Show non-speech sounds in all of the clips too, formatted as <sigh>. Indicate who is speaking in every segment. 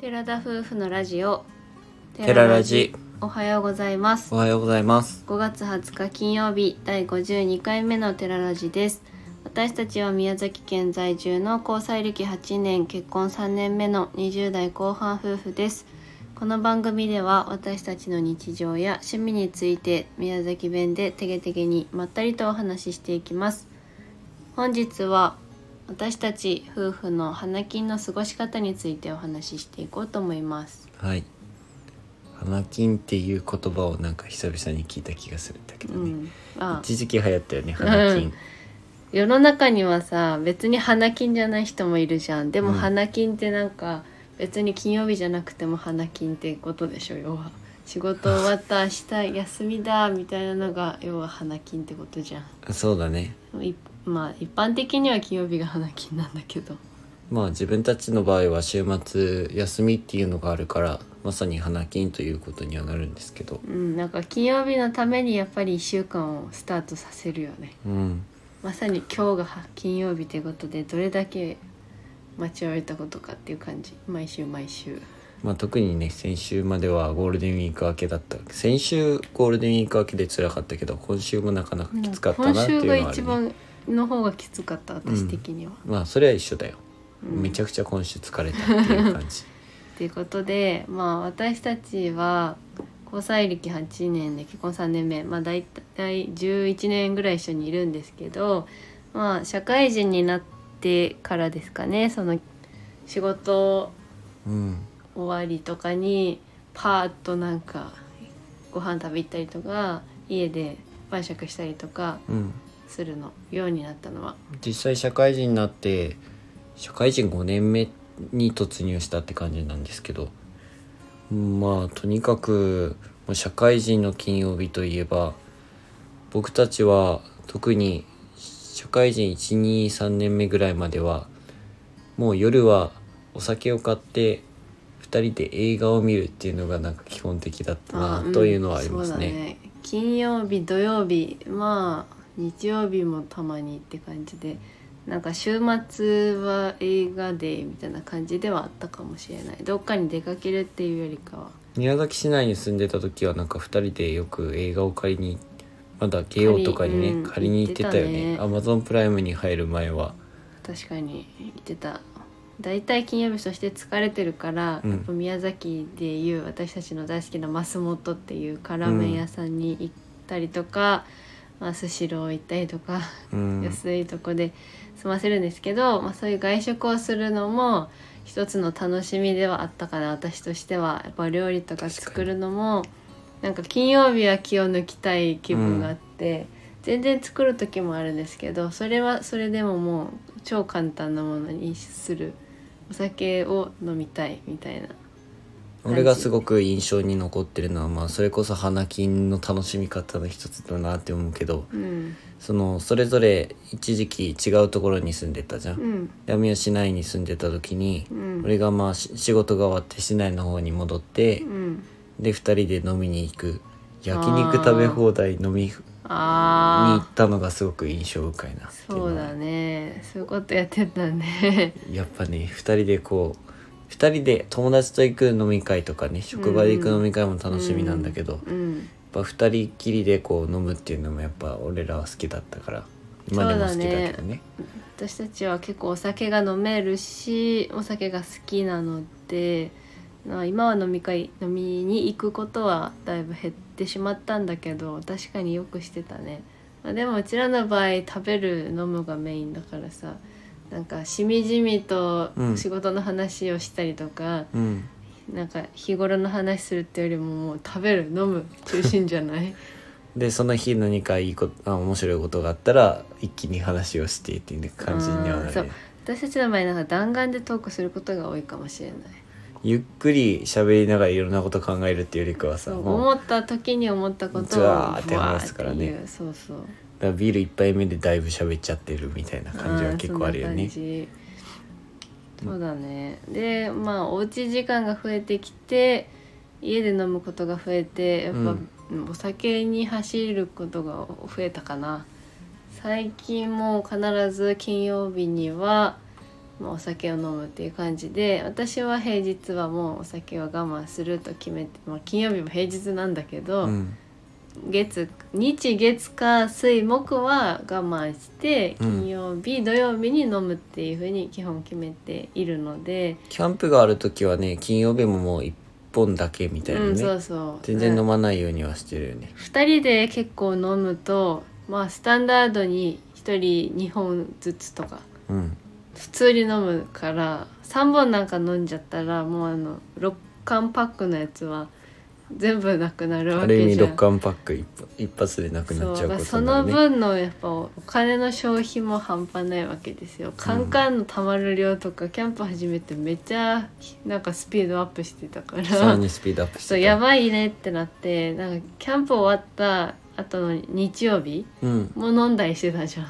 Speaker 1: 寺田夫婦のラジオ
Speaker 2: テララジ
Speaker 1: おはようございます
Speaker 2: おはようございます
Speaker 1: 5月20日金曜日第52回目のテララジです私たちは宮崎県在住の交際歴8年結婚3年目の20代後半夫婦ですこの番組では私たちの日常や趣味について宮崎弁でてげてげにまったりとお話ししていきます本日は私たち夫婦の花金の過ごし方についてお話ししていこうと思います
Speaker 2: はい花金っていう言葉をなんか久々に聞いた気がするんだけど
Speaker 1: う
Speaker 2: ね、
Speaker 1: ん、あ
Speaker 2: 一時期流行ったよね花金、
Speaker 1: 世の中にはさ別に花金じゃない人もいるじゃんでも
Speaker 2: うん
Speaker 1: 花金ってなんか、別に金曜日じゃなくても花金ってことでしょ要は仕事終わった明日休みだみたいなのが要は花金ってことじゃ
Speaker 2: そうだね
Speaker 1: んいまあ一般的には金曜日が花金なんだけど
Speaker 2: まあ自分たちの場合は週末休みっていうのがあるからまさに花金ということにはなるんですけど
Speaker 1: うんなんか金曜日のためにやっぱり1週間をスタートさせるよね
Speaker 2: うん
Speaker 1: まさに今日が金曜日ということでどれだけ待ちわびたことかっていう感じ毎週毎週。
Speaker 2: まあ特にね先週まではゴールデンウィーク明けだった先週ゴールデンウィーク明けで辛かったけど今週もなかなかきつかったなっていうのはある、ね、
Speaker 1: 今週が一番の方がきつかった私的には、
Speaker 2: まあそれは一緒だよ、
Speaker 1: うん
Speaker 2: めちゃくちゃ今週疲れたっていう感
Speaker 1: <laughs>
Speaker 2: じ
Speaker 1: っていうことでまあ私たちは交際歴8年で結婚3年目まあ大体11年ぐらい一緒にいるんですけどまあ社会人になってからですかねその仕事
Speaker 2: うん
Speaker 1: 終わりとかにパーッとなんかご飯食べ行ったりとか家で晩酌したりとか
Speaker 2: うん
Speaker 1: するのようになったのは
Speaker 2: 実際社会人になって社会人5年目に突入したって感じなんですけどまあとにかくもう社会人の金曜日といえば僕たちは特に社会人123年目ぐらいまではもう夜はお酒を買って2人で映画を見るっていうのがなんか基本的だった
Speaker 1: あ
Speaker 2: な
Speaker 1: ーん
Speaker 2: というのはあります
Speaker 1: そうだ
Speaker 2: ね。
Speaker 1: ね金曜日土曜日まあ日曜日もたまにって感じでなんか週末は映画デーみたいな感じではあったかもしれないどっかに出かけるっていうよりかは
Speaker 2: 宮崎市内に住んでた時はなんか2人でよく映画を借りにまだ慶応とかにね
Speaker 1: 借
Speaker 2: 借
Speaker 1: り
Speaker 2: り,、
Speaker 1: うん
Speaker 2: に行ってたよね
Speaker 1: 行
Speaker 2: アマゾンプライムに入る前は
Speaker 1: 確かに言ってた大体金曜日そして疲れてるから、
Speaker 2: うん
Speaker 1: やっぱ宮崎でいう私たちの大好きな増本っていう辛麺屋さんに行ったりとか、まあ、スシロー行ったりとか
Speaker 2: うん
Speaker 1: 安いとこで済ませるんですけど、まあ、そういう外食をするのも一つの楽しみではあったかな私としてはやっぱ料理とか作るのもなんか金曜日は気を抜きたい気分があって、全然作る時もあるんですけどそれはそれでももう超簡単なものにするお酒を飲みたいみたいな。
Speaker 2: 俺がすごく印象に残ってるのは、まあ、それこそ花金の楽しみ方の一つだなって思うけど
Speaker 1: うん
Speaker 2: そのそれぞれ一時期違うところに住んでたじゃん。
Speaker 1: うん
Speaker 2: で宮市内に住んでた時に
Speaker 1: うん
Speaker 2: 俺がまあし仕事が終わって市内の方に戻って
Speaker 1: うん、
Speaker 2: で2人で飲みに行く焼肉食べ放題飲みに行
Speaker 1: ああ
Speaker 2: ったのがすごく印象深いなっていのは
Speaker 1: そうだねそういうことやってたね。
Speaker 2: <laughs> やっぱね2人でこう2人で友達と行く飲み会とかね職場で行く飲み会も楽しみなんだけど、やっ
Speaker 1: うん、
Speaker 2: ぱ2人きりでこう飲むっていうのもやっぱ俺らは好きだったから今でも好きだけ
Speaker 1: そう
Speaker 2: ど
Speaker 1: だ
Speaker 2: ね
Speaker 1: 私たちは結構お酒が飲めるしお酒が好きなのでまあ今は飲み会飲みに行くことはだいぶ減ってしまったんだけど確かによくしてたね、まあ、でもうちらの場合食べる飲むがメインだからさなんかしみじみと
Speaker 2: うん
Speaker 1: 仕事の話をしたりとか、
Speaker 2: うん
Speaker 1: なんか日頃の話するってよりももう食べる飲む中心じゃない
Speaker 2: <laughs> でその日何かいいことあ面白いことがあったら一気に話をしてっていう感じには
Speaker 1: あー
Speaker 2: な
Speaker 1: そ
Speaker 2: る
Speaker 1: う
Speaker 2: ね
Speaker 1: 私たちの場合なんか弾丸でトークすることが多いかもしれない
Speaker 2: ゆっくり喋りながらいろんなこと考えるっていうよりかはさ
Speaker 1: そう
Speaker 2: もう
Speaker 1: 思った時に思ったことを
Speaker 2: ずわーって話すからね
Speaker 1: ぶわーっていうそうそう
Speaker 2: だからビール一杯目でだいぶ喋っちゃってるみたいな感じは結構あるよ
Speaker 1: うん
Speaker 2: ね
Speaker 1: そんな感じそうだねでまあおうち時間が増えてきて家で飲むことが増えてやっぱ、
Speaker 2: うん
Speaker 1: うんお酒に走ることが増えたかな最近もう必ず金曜日にはまあお酒を飲むっていう感じで私は平日はもうお酒は我慢すると決めて、まあ、金曜日も平日なんだけど、
Speaker 2: うん
Speaker 1: 月日月火水木は我慢して
Speaker 2: うん
Speaker 1: 金曜日、土曜日に飲むっていうふうに基本決めているので、
Speaker 2: キャンプがある時はね金曜日ももう1本だけみたいなね、
Speaker 1: うんそうそう
Speaker 2: 全然
Speaker 1: うん
Speaker 2: 飲まないようにはしてるよね、
Speaker 1: 2人で結構飲むとまあスタンダードに1人2本ずつとか
Speaker 2: うん
Speaker 1: 普通に飲むから3本なんか飲んじゃったらもうあの6缶パックのやつは全部なくなる
Speaker 2: あ
Speaker 1: わ
Speaker 2: る意
Speaker 1: け
Speaker 2: 味
Speaker 1: じゃ
Speaker 2: 六
Speaker 1: ん。
Speaker 2: 缶パック一本一発でなくなっち
Speaker 1: そ
Speaker 2: ゃ
Speaker 1: う
Speaker 2: う
Speaker 1: まあ
Speaker 2: こと
Speaker 1: そ
Speaker 2: に
Speaker 1: の
Speaker 2: なるね
Speaker 1: 分のやっぱお金の消費も半端ないわけですよカンカンのたまる量とか、キャンプ始めてめっちゃなんかスピードアップしてたから
Speaker 2: さらにスピードアップして
Speaker 1: そうやばいねってなってなんかキャンプ終わった後の日曜日
Speaker 2: うん
Speaker 1: も飲んだりしてたじゃん、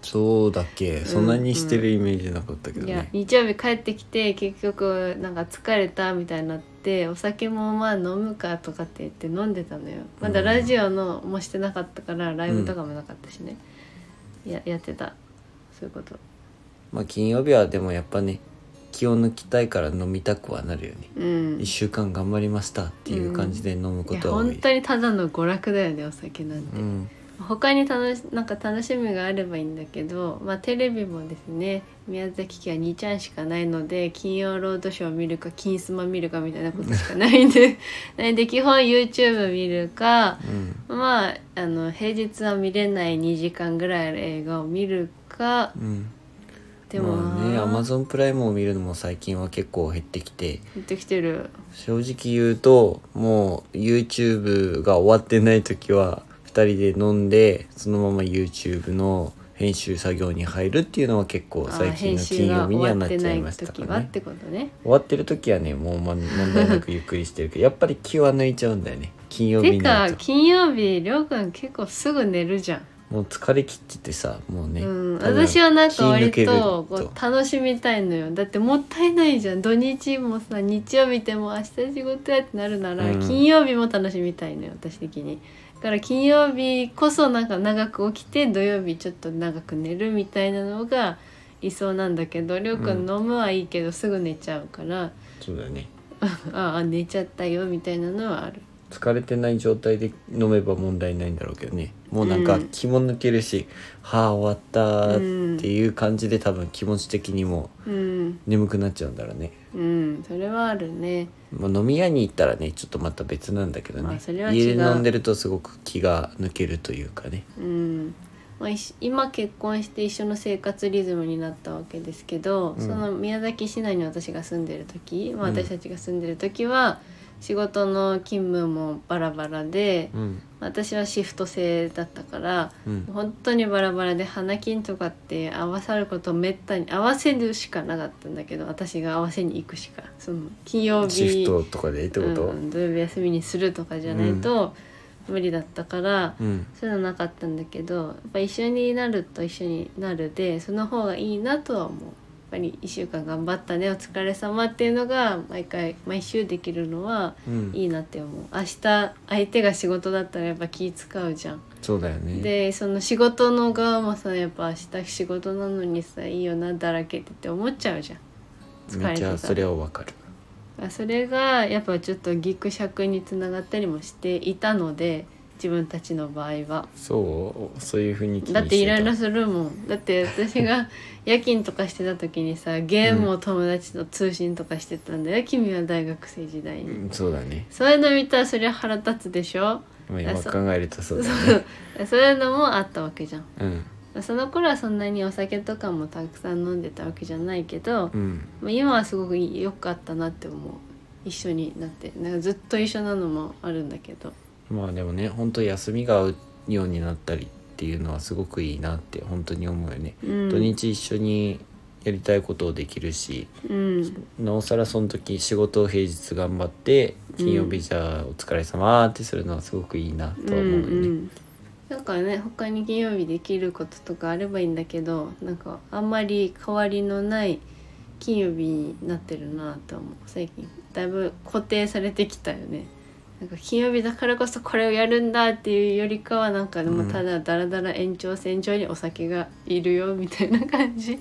Speaker 2: そうだっけそんなにしてるイメージなかったけど
Speaker 1: いや
Speaker 2: ね、
Speaker 1: 日曜日帰ってきて結局なんか疲れたみたいになってお酒もまあ飲むかとかって言って飲んでたのよまだラジオのもしてなかったからライブとかもなかったしね、いややってたそういうこと
Speaker 2: まあ金曜日はでもやっぱね気を抜きたいから飲みたくはなるよね
Speaker 1: うん
Speaker 2: 1週間頑張りましたっていう感じで飲む
Speaker 1: い
Speaker 2: こ
Speaker 1: や
Speaker 2: とは多い,、うん
Speaker 1: 本当にただの娯楽だよねお酒なんて、他に楽しなんか楽しみがあればいいんだけど、まあ、テレビもですね宮崎家は2ちゃんしかないので金曜ロードショーを見るか金スマ見るかみたいなことしかないん
Speaker 2: <laughs>
Speaker 1: でないんで基本 YouTube 見るか
Speaker 2: うん
Speaker 1: まああの平日は見れない2時間ぐらいの映画を見るか
Speaker 2: うん
Speaker 1: でも
Speaker 2: まあねアマゾンプライムを見るのも最近は結構減ってきて
Speaker 1: 減ってきてる
Speaker 2: 正直言うともう YouTube が終わってない時は2人で飲んでそのまま YouTube の編集作業に入るっていうのは結構最近の金曜日にはなっちゃいました
Speaker 1: 時
Speaker 2: か
Speaker 1: はっ
Speaker 2: らね
Speaker 1: てことね
Speaker 2: 終わってる時はねもうま問題なくゆっくりしてるけどやっぱり気は抜いちゃうんだよね金曜日
Speaker 1: て
Speaker 2: にな
Speaker 1: か
Speaker 2: ると
Speaker 1: 金曜日りょうくん結構すぐ寝るじゃん
Speaker 2: もう疲れ切っててさもうね、
Speaker 1: うん、
Speaker 2: 多分
Speaker 1: 私はなんか割
Speaker 2: 気抜ける
Speaker 1: とこう楽しみたいのよだってもったいないじゃん土日もさ日曜日でも明日仕事やってなるなら、
Speaker 2: うん
Speaker 1: 金曜日も楽しみたいのよ私的にだから金曜日こそなんか長く起きて土曜日ちょっと長く寝るみたいなのが理想なんだけどりょうくん飲むはいいけどすぐ寝ちゃうから、 <laughs>
Speaker 2: そうだよね
Speaker 1: ああ寝ちゃったよみたいなのはある
Speaker 2: 疲れてない状態で飲めば問題ないんだろうけどねもうなんか
Speaker 1: うん
Speaker 2: 気も抜けるし、はあ終わった
Speaker 1: うん
Speaker 2: っていう感じで多分気持ち的にも
Speaker 1: うん
Speaker 2: 眠くなっちゃうんだろうね、
Speaker 1: うんそれはあるね
Speaker 2: まあ、飲み屋に行ったらねちょっとまた別なんだけどね、
Speaker 1: まあそれは違う
Speaker 2: 家で飲んでるとすごく気が抜けるというかね
Speaker 1: うんまあ、いし今結婚して一緒の生活リズムになったわけですけど、
Speaker 2: うん
Speaker 1: その宮崎市内に私が住んでる時、まあ、
Speaker 2: うん
Speaker 1: 私たちが住んでる時は仕事の勤務もバラバラで、
Speaker 2: うん
Speaker 1: 私はシフト制だったから
Speaker 2: うん
Speaker 1: 本当にバラバラで花金とかって合わさることめったに合わせるしかなかったんだけど私が合わせに行くしかその金曜日
Speaker 2: シフトとかでってこ
Speaker 1: う
Speaker 2: と
Speaker 1: んうん土曜日休みにするとかじゃないと無理だったから。
Speaker 2: うん
Speaker 1: そういうのなかったんだけどやっぱ一緒になると一緒になるでその方がいいなとは思うやっぱり1週間頑張ったねお疲れ様っていうのが毎回毎週できるのは
Speaker 2: うん、
Speaker 1: いいなって思う明日相手が仕事だったらやっぱ気使うじゃん
Speaker 2: そうだよね
Speaker 1: でその仕事の側もさやっぱ明日仕事なのにさいいよなだらけてって思っちゃうじゃん疲
Speaker 2: め
Speaker 1: れ
Speaker 2: ってち
Speaker 1: た
Speaker 2: ゃそれはわかる
Speaker 1: あそれがやっぱちょっとギクシャクにつながったりもしていたので自分たちの場合は
Speaker 2: そうそういうふうに気にして
Speaker 1: だ
Speaker 2: た
Speaker 1: ってイライラするもんだって私が夜勤とかしてた時にさゲームを友達と通信とかしてたんだよ、君は大学生時代に、
Speaker 2: うんそうだね
Speaker 1: そういうの見たらそりゃ腹立つでしょ
Speaker 2: まあ
Speaker 1: あ
Speaker 2: 今
Speaker 1: そう
Speaker 2: 考えるとそうだね
Speaker 1: そういうのもあったわけじゃん
Speaker 2: うん
Speaker 1: その頃はそんなにお酒とかもたくさん飲んでたわけじゃないけど、
Speaker 2: うん
Speaker 1: まあ今はすごく良かったなって思う一緒になってなんかずっと一緒なのもあるんだけど
Speaker 2: まあでもね本当休みが合うようになったりっていうのはすごくいいなって本当に思うよね、
Speaker 1: うん
Speaker 2: 土日一緒にやりたいことをできるし
Speaker 1: うん
Speaker 2: なおさらその時仕事を平日頑張って金曜日じゃあお疲れ様ってするのはすごくいいなとは思うよね、
Speaker 1: んん、なんかね他に金曜日できることとかあればいいんだけどなんかあんまり変わりのない金曜日になってるなと思う最近だいぶ固定されてきたよねなんか金曜日だからこそこれをやるんだっていうよりかはなんかでも
Speaker 2: うん
Speaker 1: ただだらだら延長線上にお酒がいるよみたいな感じ、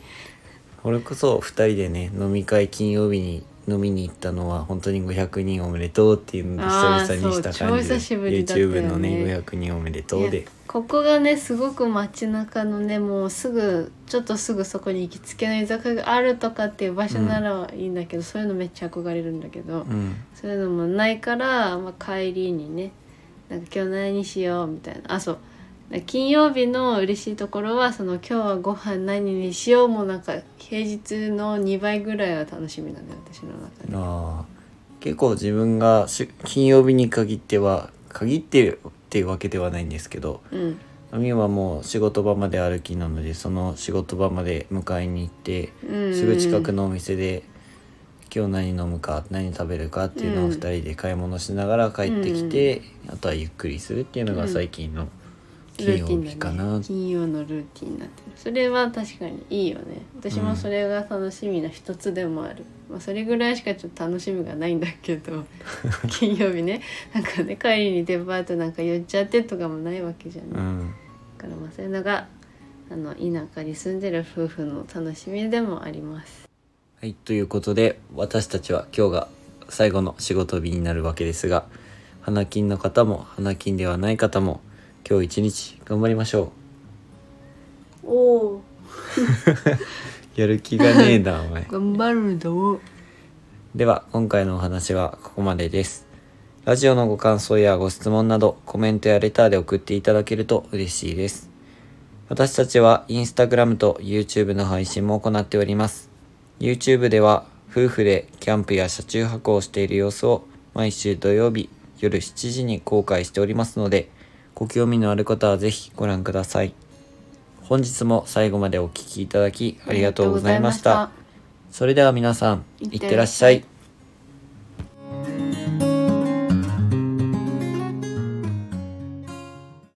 Speaker 2: これこそ2人でね飲み会金曜日に飲みに行ったのは本当に500人おめでとうっていうので
Speaker 1: あー
Speaker 2: 久々にした
Speaker 1: そう超
Speaker 2: 感じで
Speaker 1: 久しぶりだったよね
Speaker 2: YouTube のね500人おめでとう
Speaker 1: い
Speaker 2: で
Speaker 1: やここがねすごく街中のねもうすぐちょっとすぐそこに行きつけの居酒屋があるとかっていう場所ならいいんだけど、そういうのめっちゃ憧れるんだけど、
Speaker 2: うん
Speaker 1: そういうのもないから、まあ、帰りにねなんか今日何にしようみたいなあそう金曜日の嬉しいところはその今日はご飯何にしようもなんか平日の2倍ぐらいは楽しみなんだよ私の中で。
Speaker 2: あー結構自分がし金曜日に限っては限ってっていうわけではないんですけど
Speaker 1: うん
Speaker 2: みはもう仕事場まで歩きなのでその仕事場まで迎えに行って
Speaker 1: うん、
Speaker 2: すぐ近くのお店で今日何飲むか何食べるかっていうの
Speaker 1: う
Speaker 2: を
Speaker 1: ん
Speaker 2: 2人で買い物しながら帰ってきて、あとはゆっくりするっていうのが最近の金
Speaker 1: ルーティ
Speaker 2: 曜
Speaker 1: ンだ
Speaker 2: 日かな、
Speaker 1: ね、金曜のルーティンになってるそれは確かにいいよね私
Speaker 2: う
Speaker 1: も
Speaker 2: ん
Speaker 1: それが楽しみの一つでもある、まあ、それぐらいしかちょっと楽しみがないんだけ
Speaker 2: <laughs>
Speaker 1: ど金曜日ねなんかね帰りにデパートなんか寄っちゃってとかもないわけじゃな
Speaker 2: う
Speaker 1: い、だ
Speaker 2: ん、
Speaker 1: からまあそういうのがあの田舎に住んでる夫婦の楽しみでもあります
Speaker 2: はいということで私たちは今日が最後の仕事日になるわけですが花金の方も花金ではない方も今日一日頑張りましょ
Speaker 1: おお
Speaker 2: うやる気がねえなお前
Speaker 1: 頑張るんだお
Speaker 2: では今回のお話はここまでですラジオのご感想やご質問などコメントやレターで送っていただけると嬉しいです私たちはインスタグラムと YouTube の配信も行っております YouTube では夫婦でキャンプや車中泊をしている様子を毎週土曜日夜7時に公開しておりますのでご興味のある方はぜひご覧ください本日も最後までお聴きいただきありがとうございましたそれでは皆さんいってらっしゃい